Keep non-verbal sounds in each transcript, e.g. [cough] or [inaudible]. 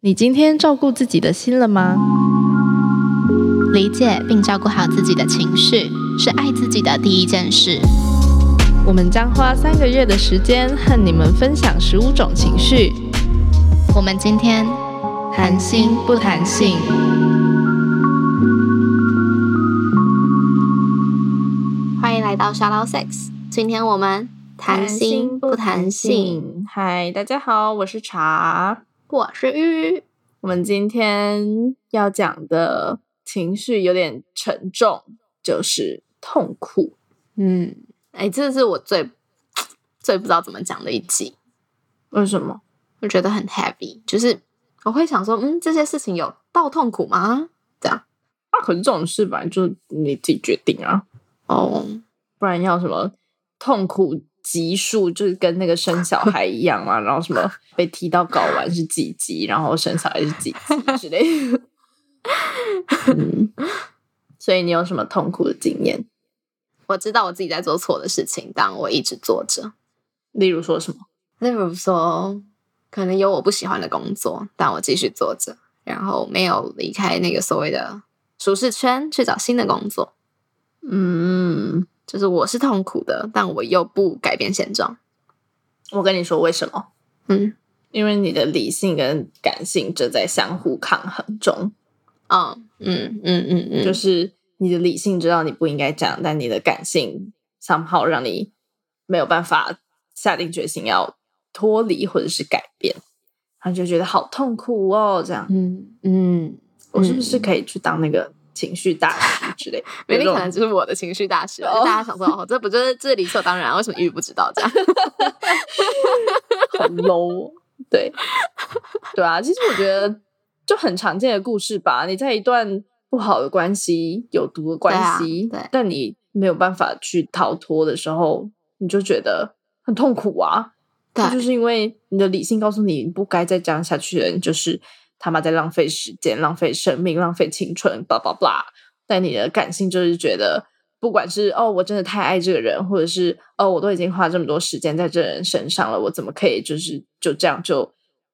你今天照顾自己的心了吗？理解并照顾好自己的情绪，是爱自己的第一件事。我们将花三个月的时间和你们分享十五种情绪，我们今天谈心不谈性。欢迎来到沙捞 Six，今天我们谈心不谈性。。嗨，大家好，我是茶。我是玉玉，我们今天要讲的情绪有点沉重，就是痛苦。嗯，哎，这是我最最不知道怎么讲的一集，为什么？我觉得很 heavy，就是我会想说，嗯，这些事情有到痛苦吗？啊那、可是这种事本来就是你自己决定啊，哦，不然要什么痛苦级数，就是跟那个生小孩一样嘛，然后什么被踢到睾丸是几级，然后生小孩是几级之类的。嗯， [laughs] 所以你有什么痛苦的经验？我知道我自己在做错的事情，但我一直做着。例如说什么？例如说，可能有我不喜欢的工作，但我继续做着，然后没有离开那个所谓的舒适圈去找新的工作，嗯，就是我是痛苦的，但我又不改变现状。我跟你说为什么？嗯因为你的理性跟感性正在相互抗衡中，嗯嗯嗯嗯嗯，就是你的理性知道你不应该这样，但你的感性 somehow 让你没有办法下定决心要脱离或者是改变，然后就觉得好痛苦哦，这样嗯嗯，我是不是可以去当那个情绪大师之类的？明有这明可种能就是我的情绪大师吧，哦就大家想说哦，这不就是这理所当然？为什么玉不知道这样？ [laughs] 很 low 哦。对，对啊，其实我觉得就很常见的故事吧。你在一段不好的关系、有毒的关系，对啊对但你没有办法去逃脱的时候，你就觉得很痛苦啊。对这就是因为你的理性告诉你，你不该再这样下去了，你就是他妈在浪费时间、浪费生命、浪费青春，叭叭叭。但你的感性就是觉得，不管是哦，我真的太爱这个人，或者是哦，我都已经花这么多时间在这人身上了，我怎么可以就是就这样就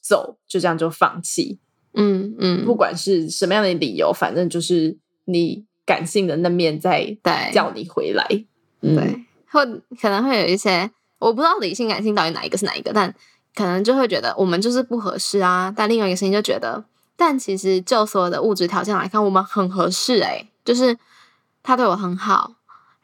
走，就这样就放弃？嗯嗯，不管是什么样的理由，反正就是你感性的那面在对叫你回来。嗯，对，或可能会有一些我不知道理性感性到底哪一个是哪一个，但可能就会觉得我们就是不合适啊。但另外一个声音就觉得，但其实就所有的物质条件来看，我们很合适诶、就是嗯他对我很好，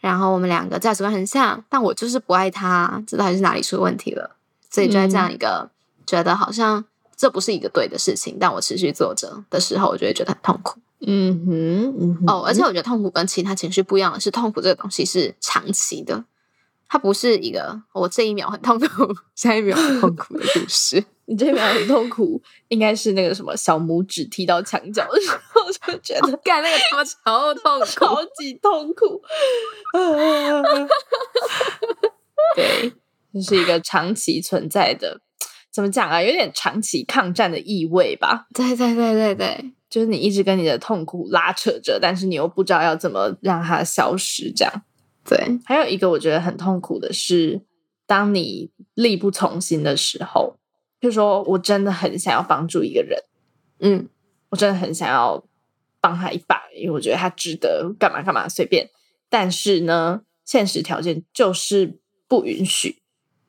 然后我们两个价值观很像，但我就是不爱他，这到底是哪里出问题了？所以就在这样一个、觉得好像这不是一个对的事情，但我持续做着的时候，我就会觉得很痛苦。嗯哼，嗯哼，哦，而且我觉得痛苦跟其他情绪不一样的是，痛苦这个东西是长期的，它不是一个我这一秒很痛苦，下一秒很痛苦的故事。 [laughs] 你这边很痛苦，应该是那个什么小拇指踢到墙角的时候， [laughs] 就觉得干那个他妈超痛苦， [laughs] 超级痛苦。 [laughs] 对，这是一个长期存在的，怎么讲啊？有点长期抗战的意味吧。 [laughs] 对对对对对就是你一直跟你的痛苦拉扯着，但是你又不知道要怎么让它消失。这样，对，还有一个我觉得很痛苦的是，当你力不从心的时候，就说我真的很想要帮助一个人，嗯我真的很想要帮他一把，因为我觉得他值得干嘛干嘛随便。但是呢，现实条件就是不允许。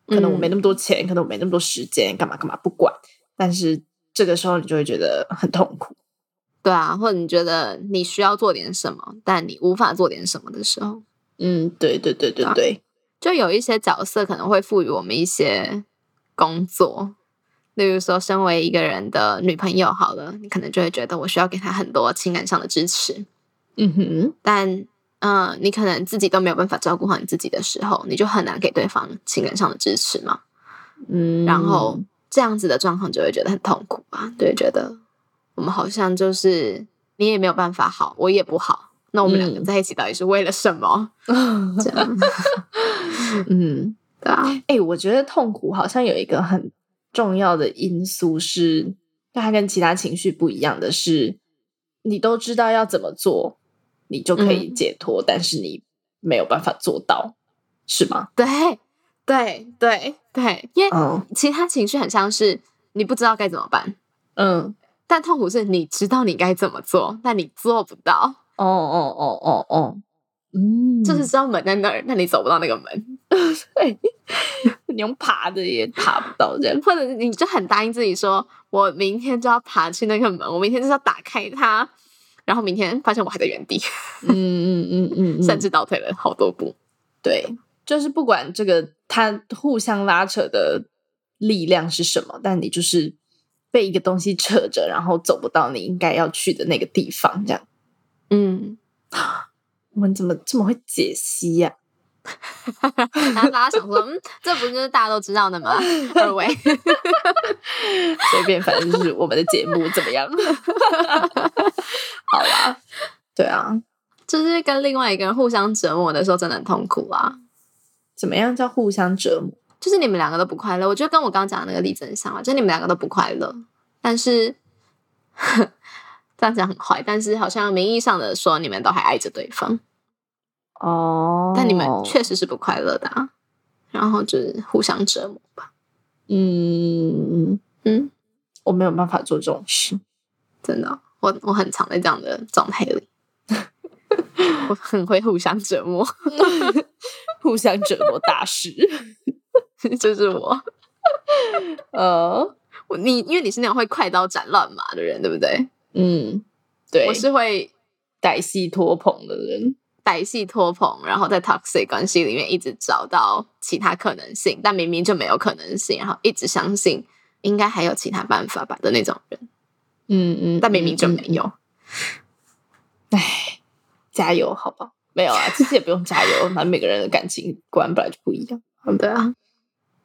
可能我没那么多钱，可能我没那么多时间，干嘛干嘛不管。但是这个时候你就会觉得很痛苦。对啊，或者你觉得你需要做点什么，但你无法做点什么的时候，嗯，对对对对啊对，就有一些角色可能会赋予我们一些工作，例如说，身为一个人的女朋友好了，你可能就会觉得我需要给她很多情感上的支持，嗯哼，但嗯、呃你可能自己都没有办法照顾好你自己的时候，你就很难给对方情感上的支持嘛。嗯，然后这样子的状况就会觉得很痛苦吧，就会觉得我们好像就是你也没有办法好，我也不好，那我们两个嗯在一起到底是为了什么？ [laughs] 这样嗯，[laughs] 对啊，哎、我觉得痛苦好像有一个很重要的因素是，那它跟其他情绪不一样的是，你都知道要怎么做，你就可以解脱，但是你没有办法做到，是吗？对对对对，因为嗯其他情绪很像是你不知道该怎么办，嗯但痛苦是你知道你该怎么做，但你做不到，哦哦哦哦哦，嗯，就是知道门在那儿，但你走不到那个门，对， [laughs] 你用爬的也爬不到这样。或者是你就很答应自己说，我明天就要爬去那个门，我明天就是要打开它，然后明天发现我还在原地，嗯嗯嗯嗯，嗯甚至倒退了好多步。对，就是不管这个它互相拉扯的力量是什么，但你就是被一个东西扯着，然后走不到你应该要去的那个地方，这样。嗯，我们怎么这么会解析呀、 [laughs] 然后大家想说，嗯，这不就是大家都知道的吗？二位，随便，反正就是我们的节目怎么样？ [laughs] 好啦，对啊， [laughs] 就是跟另外一个人互相折磨的时候，真的很痛苦啊。怎么样叫互相折磨？哦就是你们两个都不快乐。我觉得跟我刚刚讲的那个例子很像啊，就是你们两个都不快乐，但是 [laughs] 这样讲很坏，但是好像名义上的说你们都还爱着对方，哦但你们确实是不快乐的啊。然后就是互相折磨吧，嗯，嗯，我没有办法做这种事，真的哦、我我很常在这样的状态里， [laughs] 我很会互相折磨， [laughs] [laughs] 互相折磨大师。就是我， [laughs] 呃，我你因为你是那种会快刀斩乱麻的人，对不对？嗯，对，我是会歹戏拖棚的人，歹戏拖棚，然后在 toxic 关系里面一直找到其他可能性，但明明就没有可能性，然后一直相信应该还有其他办法吧的那种人，嗯嗯，但明明就没有。唉，加油，好不好？没有 [laughs] 啊，其实也不用加油，反正每个人的感情观本来就不一样。对啊，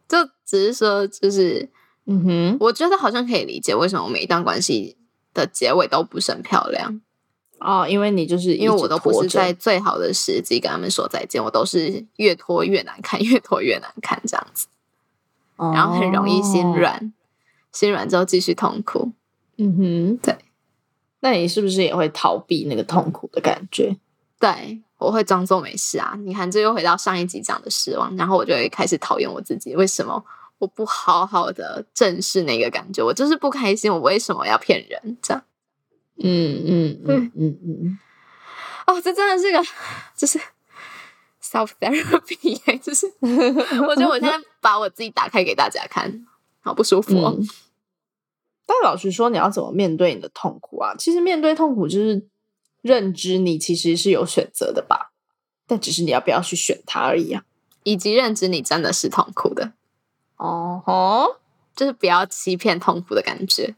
就只是说，就是嗯哼，我觉得好像可以理解为什么每一段关系的结尾都不是很漂亮，哦，因为你就是因为我都不是在在最好的时机跟他们说再见，我都是越拖越难看， [laughs] 越拖越难看这样子，然后很容易心，哦软，心软之后继续痛苦。嗯哼，对。那你是不是也会逃避那个痛苦的感觉？对，我会装作没事啊。你看，这又回到上一集讲的失望，然后我就会开始讨厌我自己，为什么我不好好的正视那个感觉？我就是不开心，我为什么要骗人？这样嗯嗯嗯嗯嗯，哦，这真的是个就是 self therapy，耶 [laughs] 就是嗯我觉得我现在把我自己打开给大家看，好不舒服哦。嗯但老实说，你要怎么面对你的痛苦啊？其实面对痛苦就是认知你其实是有选择的吧，但只是你要不要去选它而已啊。以及认知你真的是痛苦的，哦吼，就是不要欺骗痛苦的感觉。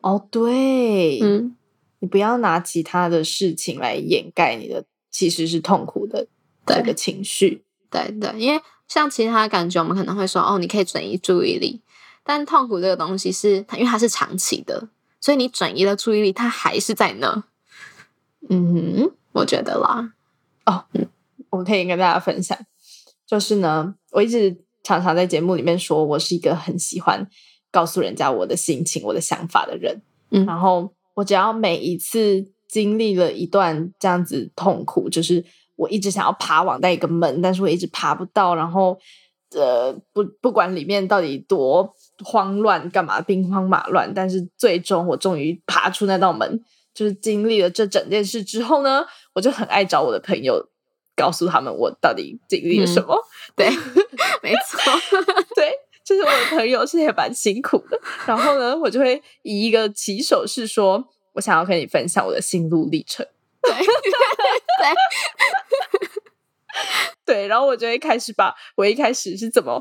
哦对，嗯，你不要拿其他的事情来掩盖你的其实是痛苦的这对个情绪。对对，因为像其他感觉，我们可能会说哦，你可以转移注意力，但痛苦这个东西是它，因为它是长期的，所以你转移了注意力，它还是在那。嗯哼。我觉得啦，我可以跟大家分享，就是呢，我一直常常在节目里面说，我是一个很喜欢告诉人家我的心情、我的想法的人。嗯然后我只要每一次经历了一段这样子痛苦，就是我一直想要爬往那一个门，但是我一直爬不到，然后呃，不不管里面到底多慌乱，干嘛兵荒马乱，但是最终我终于爬出那道门。就是经历了这整件事之后呢，我就很爱找我的朋友，告诉他们我到底经历了什么。对， [laughs] 没 [laughs] 错，对，就是我的朋友是也蛮辛苦的。然后呢，我就会以一个起手式说，我想要跟你分享我的心路历程。对对，对，然后我就会开始把我一开始是怎么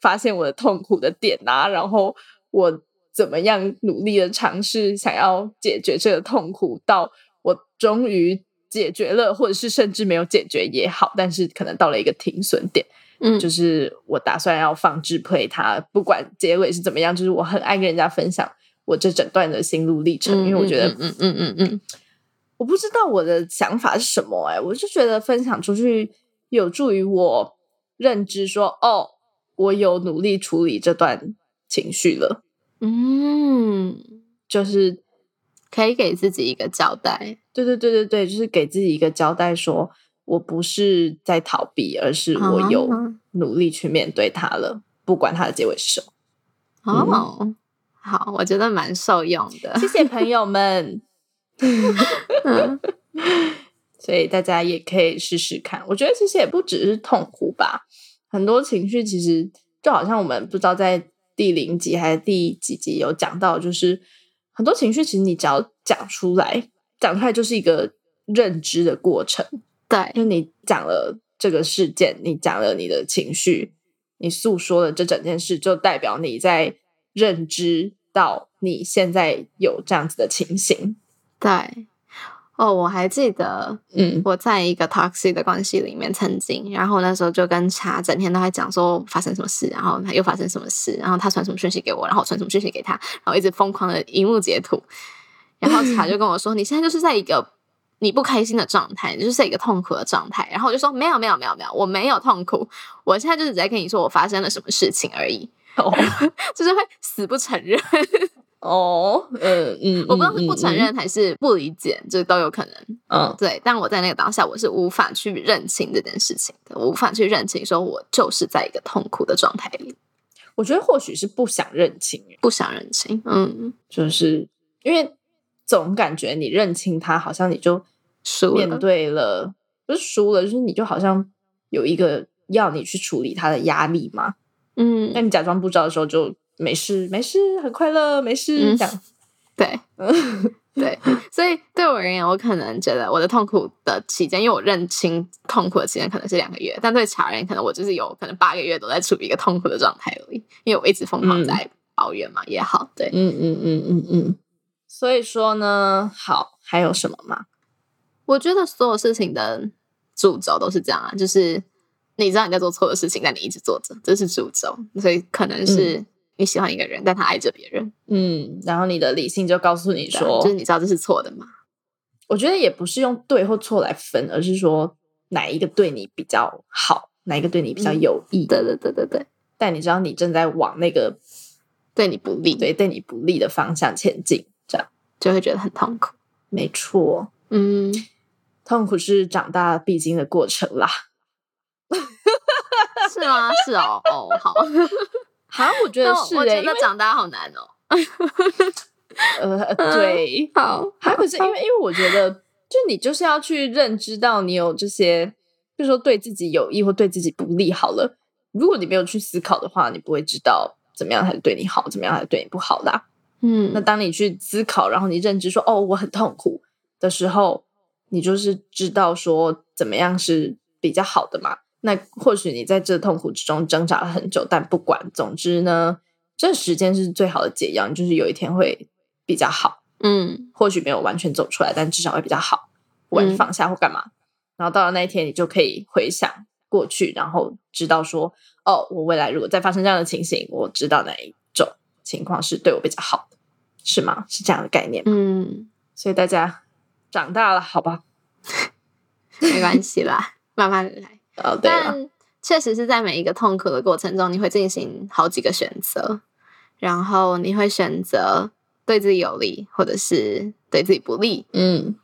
发现我的痛苦的点啊，然后我怎么样努力的尝试想要解决这个痛苦，到我终于解决了，或者是甚至没有解决也好，但是可能到了一个停损点，嗯，就是我打算要放置 play 它，不管结尾是怎么样，就是我很爱跟人家分享我这整段的心路历程，因嗯为我觉得嗯嗯嗯嗯嗯，我不知道我的想法是什么哎、我就觉得分享出去有助于我认知说，哦，我有努力处理这段情绪了，嗯，嗯就是可以给自己一个交代，对对对对对，就是给自己一个交代说，我不是在逃避，而是我有啊努力去面对它了，不管它的结尾是什么。哦，好，我觉得蛮受用 [laughs] 的。谢谢朋友们。嗯，所以大家也可以试试看。我觉得其实也不只是痛苦吧，很多情绪其实就好像我们不知道在第零集还是第几集有讲到，就是很多情绪其实你只要讲出来，讲出来就是一个认知的过程。 [laughs] 对，就是你讲了这个事件，你讲了你的情绪，你诉说了这整件事，就代表你在认知到你现在有这样子的情形。对。哦，我还记得嗯，我在一个 toxic 的关系里面曾经，然后那时候就跟茶整天都在讲说发生什么事，然后又发生什么事，然后他传什么讯息给我，然后我传什么讯息给他，然后一直疯狂的荧幕截图，然后茶就跟我说：“你现在就是在一个你不开心的状态，你就是在一个痛苦的状态。”然后我就说：“没有，没有，没有，没有，我没有痛苦，我现在就是只在跟你说我发生了什么事情而已，哦，就是会死不承认。哦，呃，嗯，我不知道是嗯不承，认还是不理解，就是都有可能。”嗯对，但我在那个当下，我是无法去认清这件事情的，我无法去认清，说我就是在一个痛苦的状态里，嗯，我觉得或许是不想认清，欸不想认清。嗯，就是因为总感觉你认清他，好像你就输面了。对了，不是输了，就是你就好像有一个要你去处理他的压力嘛。那嗯，你假装不知道的时候就没事，没事，很快乐，没事，嗯这样。 [laughs] 对，对，所以对我而言，我可能觉得我的痛苦的期间，因为我认清痛苦的期间可能是两个月，但对茶人，可能我就是有可能八个月都在处于一个痛苦的状态里，因为我一直疯狂嗯在抱怨嘛，也好，对，嗯嗯嗯嗯嗯。所以说呢，好，还有什么吗？我觉得所有事情的主轴都是这样啊，就是你知道你在做错的事情，但你一直做着，这是主轴。所以可能是你喜欢一个人，但他爱着别人，啊嗯，然后你的理性就告诉你说，就是你知道这是错的嘛？我觉得也不是用对或错来分，而是说哪一个对你比较好，哪一个对你比较有益。对对对对对，但你知道你正在往那个对你不利，对对你不利的方向前进，这样就会觉得很痛苦。没错。嗯，痛苦是长大必经的过程啦。是吗？是哦，哦， [laughs] 好。好，我觉得但我是、我欸，觉因为得长大好难哦。呃，对，好，还有是因为，因为我觉得，就你就是要去认知到你有这些，比如说对自己有益或对自己不利。好了，如果你没有去思考的话，你不会知道怎么样才是对你好，怎么样才是对你不好的啊、嗯，那当你去思考，然后你认知说“哦，我很痛苦”的时候，你就是知道说怎么样是比较好的嘛。那或许你在这痛苦之中挣扎了很久，但不管，总之呢，这时间是最好的解药，你就是有一天会比较好。嗯或许没有完全走出来，但至少会比较好，不管是嗯放下或干嘛。然后到了那一天，你就可以回想过去，然后知道说，哦，我未来如果再发生这样的情形，我知道哪一种情况是对我比较好的，是吗？是这样的概念吗。嗯，所以大家长大了，好吧？没关系啦，慢慢来。哦，对了，但确实是在每一个痛苦的过程中，你会进行好几个选择，然后你会选择对自己有利，或者是对自己不利。嗯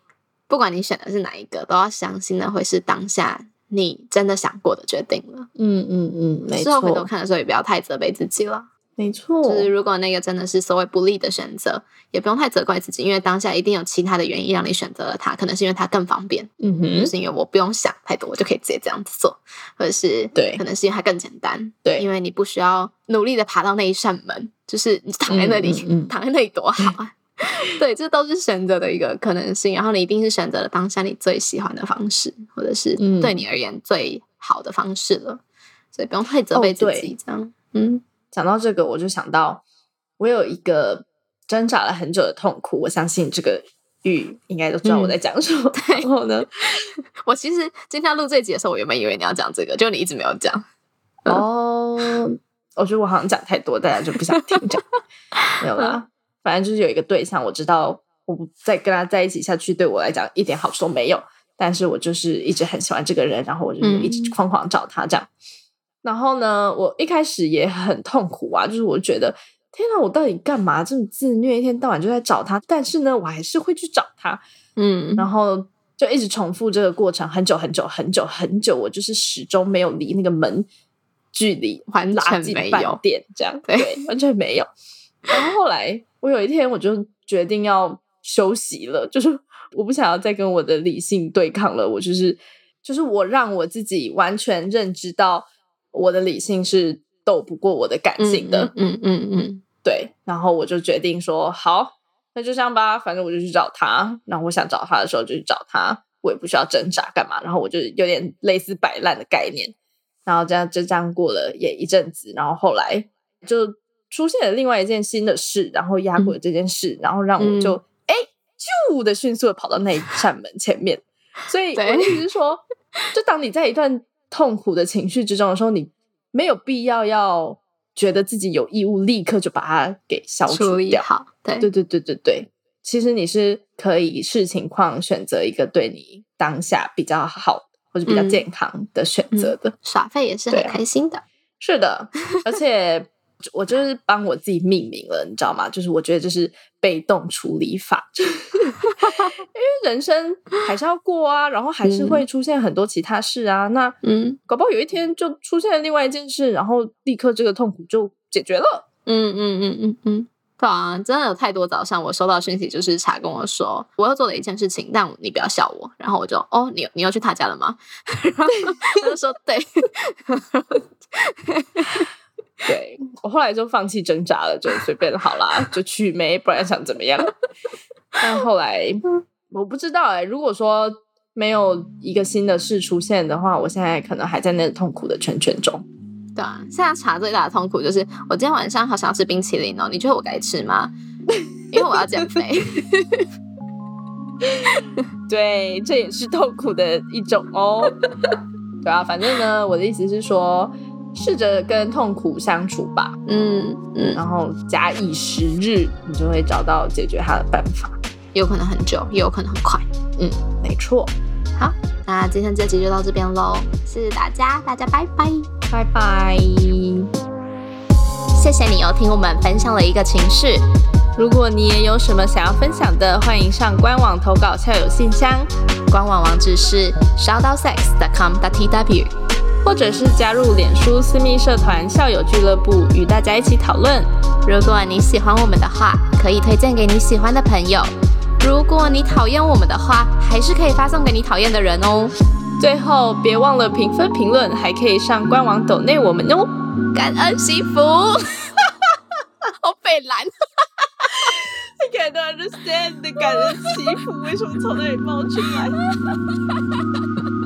不管你选的是哪一个，都要相信那会是当下你真的想过的决定了。嗯嗯嗯，没事后回头错，看的时候，也不要太责备自己了。没错，就是如果那个真的是所谓不利的选择，也不用太责怪自己，因为当下一定有其他的原因让你选择了它，可能是因为它更方便。嗯就哼，是因为我不用想太多，我就可以直接这样子做，或者是对可能是因为它更简单，对因为你不需要努力的爬到那一扇门，就是你躺在那里，嗯嗯嗯 [laughs] 躺在那里多好 [laughs] 啊！对，这都是选择的一个可能性，然后你一定是选择了当下你最喜欢的方式，或者是嗯对你而言最好的方式了，所以不用太责哦备自对己，这样，嗯讲到这个，我就想到我有一个挣扎了很久的痛苦，我相信这个玉应该都知道我在讲什么。然后呢，我其实今天要录这集的时候，我原本以为你要讲这个，就你一直没有讲，嗯哦，我觉得我好像讲太多，大家就不想听 [laughs] 这样。没有嗯啦，反正就是有一个对象，我知道我不再跟他在一起下去，对我来讲一点好处都没有。但是我就是一直很喜欢这个人，然后我就是一直嗯疯狂找他这样。然后呢，我一开始也很痛苦啊，就是我觉得天哪，我到底干嘛这么自虐，一天到晚就在找他，但是呢，我还是会去找他。嗯然后就一直重复这个过程很久很久很久很久，我就是始终没有离那个门距离完拉全近没半有点，这样对对，完全没有。然后后来我有一天我就决定要休息了，就是我不想要再跟我的理性对抗了，我就是就是我让我自己完全认知到我的理性是斗不过我的感性的，嗯嗯嗯对，然后我就决定说好，那就这样吧，反正我就去找他，然后我想找他的时候就去找他，我也不需要挣扎干嘛，然后我就有点类似摆烂的概念，然后这样就这样过了也一阵子，然后后来就出现了另外一件新的事，然后压过这件事，然后让我就哎咻的迅速的跑到那一扇门前面，所以我对的意思是说，就当你在一段痛苦的情绪之中的时候，你没有必要要觉得自己有义务立刻就把它给消嗯，处除理掉。好，对对对对对对，其实你是可以视情况选择一个对你当下比较好或者比较嗯健康的选择的。耍废也是很对啊开心的，是的，而且我就是帮我自己命名了，你知道吗？就是我觉得这是被动处理法， [laughs] 就是因为人生还是要过啊，然后还是会出现很多其他事啊。那嗯搞不好有一天就出现了另外一件事，然后立刻这个痛苦就解决了。嗯嗯嗯嗯嗯，对啊，真的有太多早上我收到讯息，就是茶跟我说我又做了一件事情，但你不要笑我，然后我就哦，你你又去他家了吗？ [laughs] 然后他就说对，对我后来就放弃挣扎了，就随便好啦，就去没，不然想怎么样？ [laughs] 但后来我不知道哎、如果说没有一个新的事出现的话，我现在可能还在那个痛苦的圈圈中。对啊，现在茶最大的痛苦就是我今天晚上好想要吃冰淇淋哦，你觉得我该吃吗？因为我要减肥，对，这也是痛苦的一种哦。 [laughs] 对啊，反正呢，我的意思是说，试着跟痛苦相处吧，嗯嗯，然后假以时日，你就会找到解决它的办法。有可能很久，也有可能很快。没错，那今天这集就到这边喽，谢谢大家，大家拜拜。拜拜。谢谢你又听我们分享了一个情绪，如果你也有什么想要分享的，欢迎上官网投稿校友信箱，官网网址是 shoutoutsex.com.tw。或者是加入脸书私密社团校友俱乐部，与大家一起讨论。如果你喜欢我们的话，可以推荐给你喜欢的朋友；如果你讨厌我们的话，还是可以发送给你讨厌的人哦。最后，别忘了评分评论，还可以上官网抖内我们哦。感恩惜福， [laughs] 好北蓝。 [laughs] I can't understand 你感人祈福为什么从那里冒出来。